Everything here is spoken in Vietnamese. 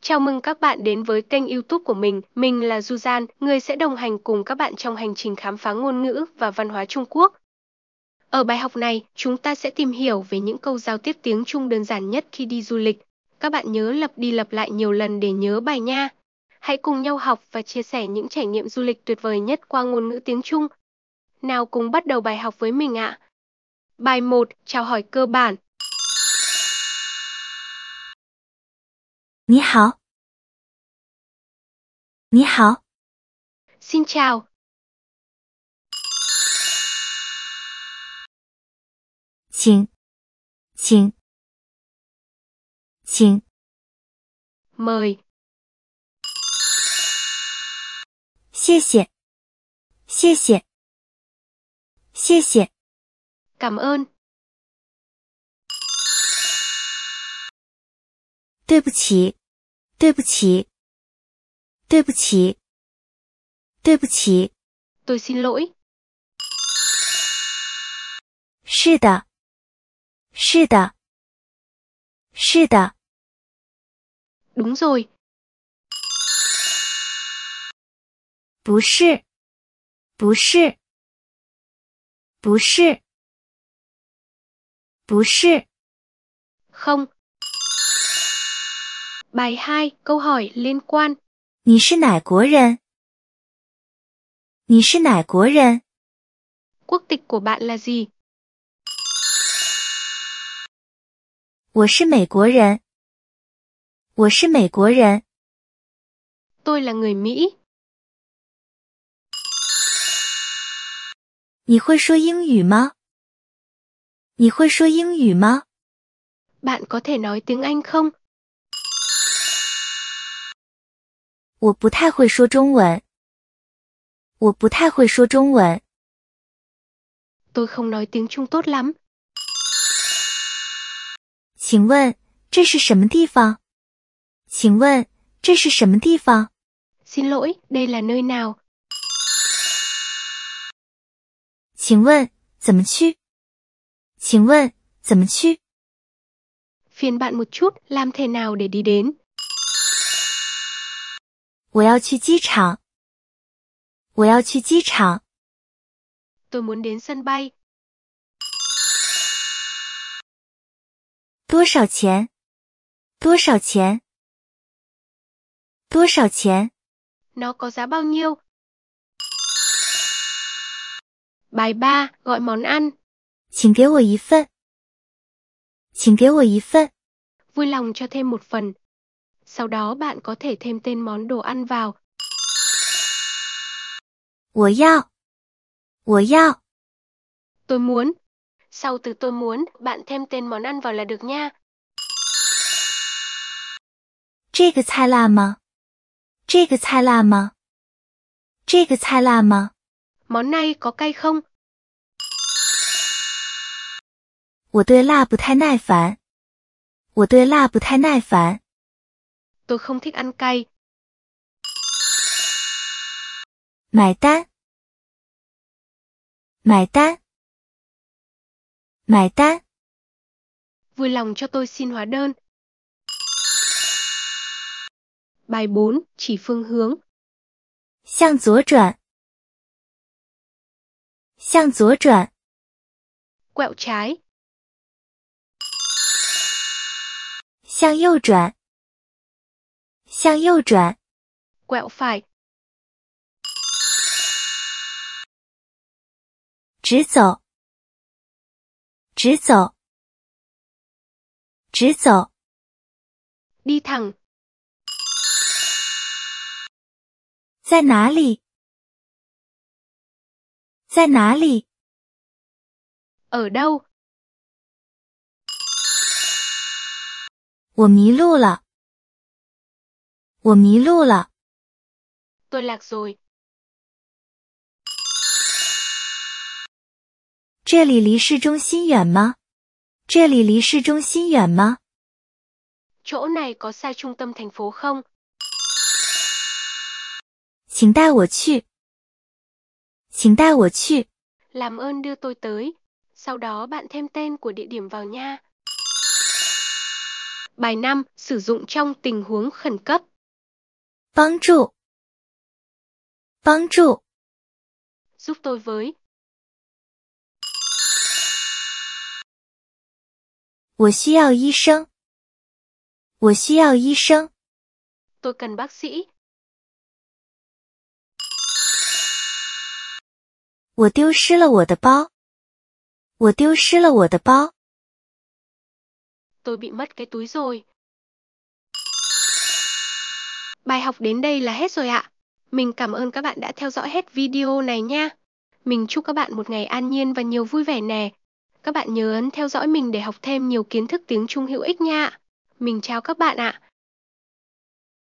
Chào mừng các bạn đến với kênh YouTube của mình, mình là Du Gian, người sẽ đồng hành cùng các bạn trong hành trình khám phá ngôn ngữ và văn hóa Trung Quốc. Ở bài học này, chúng ta sẽ tìm hiểu về những câu giao tiếp tiếng Trung đơn giản nhất khi đi du lịch. Các bạn nhớ lặp đi lặp lại nhiều lần để nhớ bài nha. Hãy cùng nhau học và chia sẻ những trải nghiệm du lịch tuyệt vời nhất qua ngôn ngữ tiếng Trung. Nào cùng bắt đầu bài học với mình ạ. Bài 1, chào hỏi cơ bản. 你好，你好， Xin chào, 请，请，请 mời, 谢谢，谢谢，谢谢， cảm ơn, 对不起，对不起，对不起，对不起， tôi xin lỗi, 是的，是的，是的， đúng rồi, 不是，不是，不是，不是， không. Bài 2, câu hỏi liên quan, 你是哪国人？你是哪国人？ quốc tịch của bạn là gì? 我是美国人。我是美国人。 Tôi là người Mỹ, 你会说英语吗？你会说英语吗？ bạn có thể nói tiếng Anh không? 我不太会说中文。我不太会说中文。 Tôi không nói tiếng Trung tốt lắm. 请问这是什么地方？请问这是什么地方？ Xin lỗi, đây là nơi nào? 请问怎么去？请问怎么去？ Phiền bạn một chút, làm thế nào để đi đến? 我要去机场。我要去机场。 Tôi muốn đến sân bay, 多少钱？多少钱？多少钱？ nó có giá bao nhiêu? Bài 3, gọi món ăn, 请给我一份，请给我一份， vui lòng cho thêm một phần. Sau đó bạn có thể thêm tên món đồ ăn vào, 我要，我要， tôi muốn. Sau từ tôi muốn, bạn thêm tên món ăn vào là được nha. 这个菜辣吗？这个菜辣吗？这个菜辣吗？ Món này có cay không? 我对辣不太耐烦，我对辣不太耐烦， Tôi không thích ăn cay. 买单，买单，买单， Vui lòng cho tôi xin hóa đơn. Bài 4, chỉ phương hướng. 向左转，向左转， Quẹo trái, 向右转，向右转。 quẹo phải, 直走，直走，直走， đi thẳng, 在哪里？在哪里？ ở đâu, 我迷路了，我迷路了， tôi lạc rồi, 这里离市中心远吗？这里离市中心远吗？ chỗ này có xa trung tâm thành phố không? 请带我去，请带我去， Làm ơn đưa tôi tới. Sau đó bạn thêm tên của địa điểm vào nha. Bài 5. Sử dụng trong tình huống khẩn cấp. 帮助，帮助， Giúp tôi với. 我需要医生，我需要医生， Tôi cần bác sĩ. 我丢失了我的包，我丢失了我的包， Tôi bị mất cái túi rồi. Bài học đến đây là hết rồi ạ. Mình cảm ơn các bạn đã theo dõi hết video này nha. Mình chúc các bạn một ngày an nhiên và nhiều vui vẻ nè. Các bạn nhớ ấn theo dõi mình để học thêm nhiều kiến thức tiếng Trung hữu ích nha. Mình chào các bạn ạ.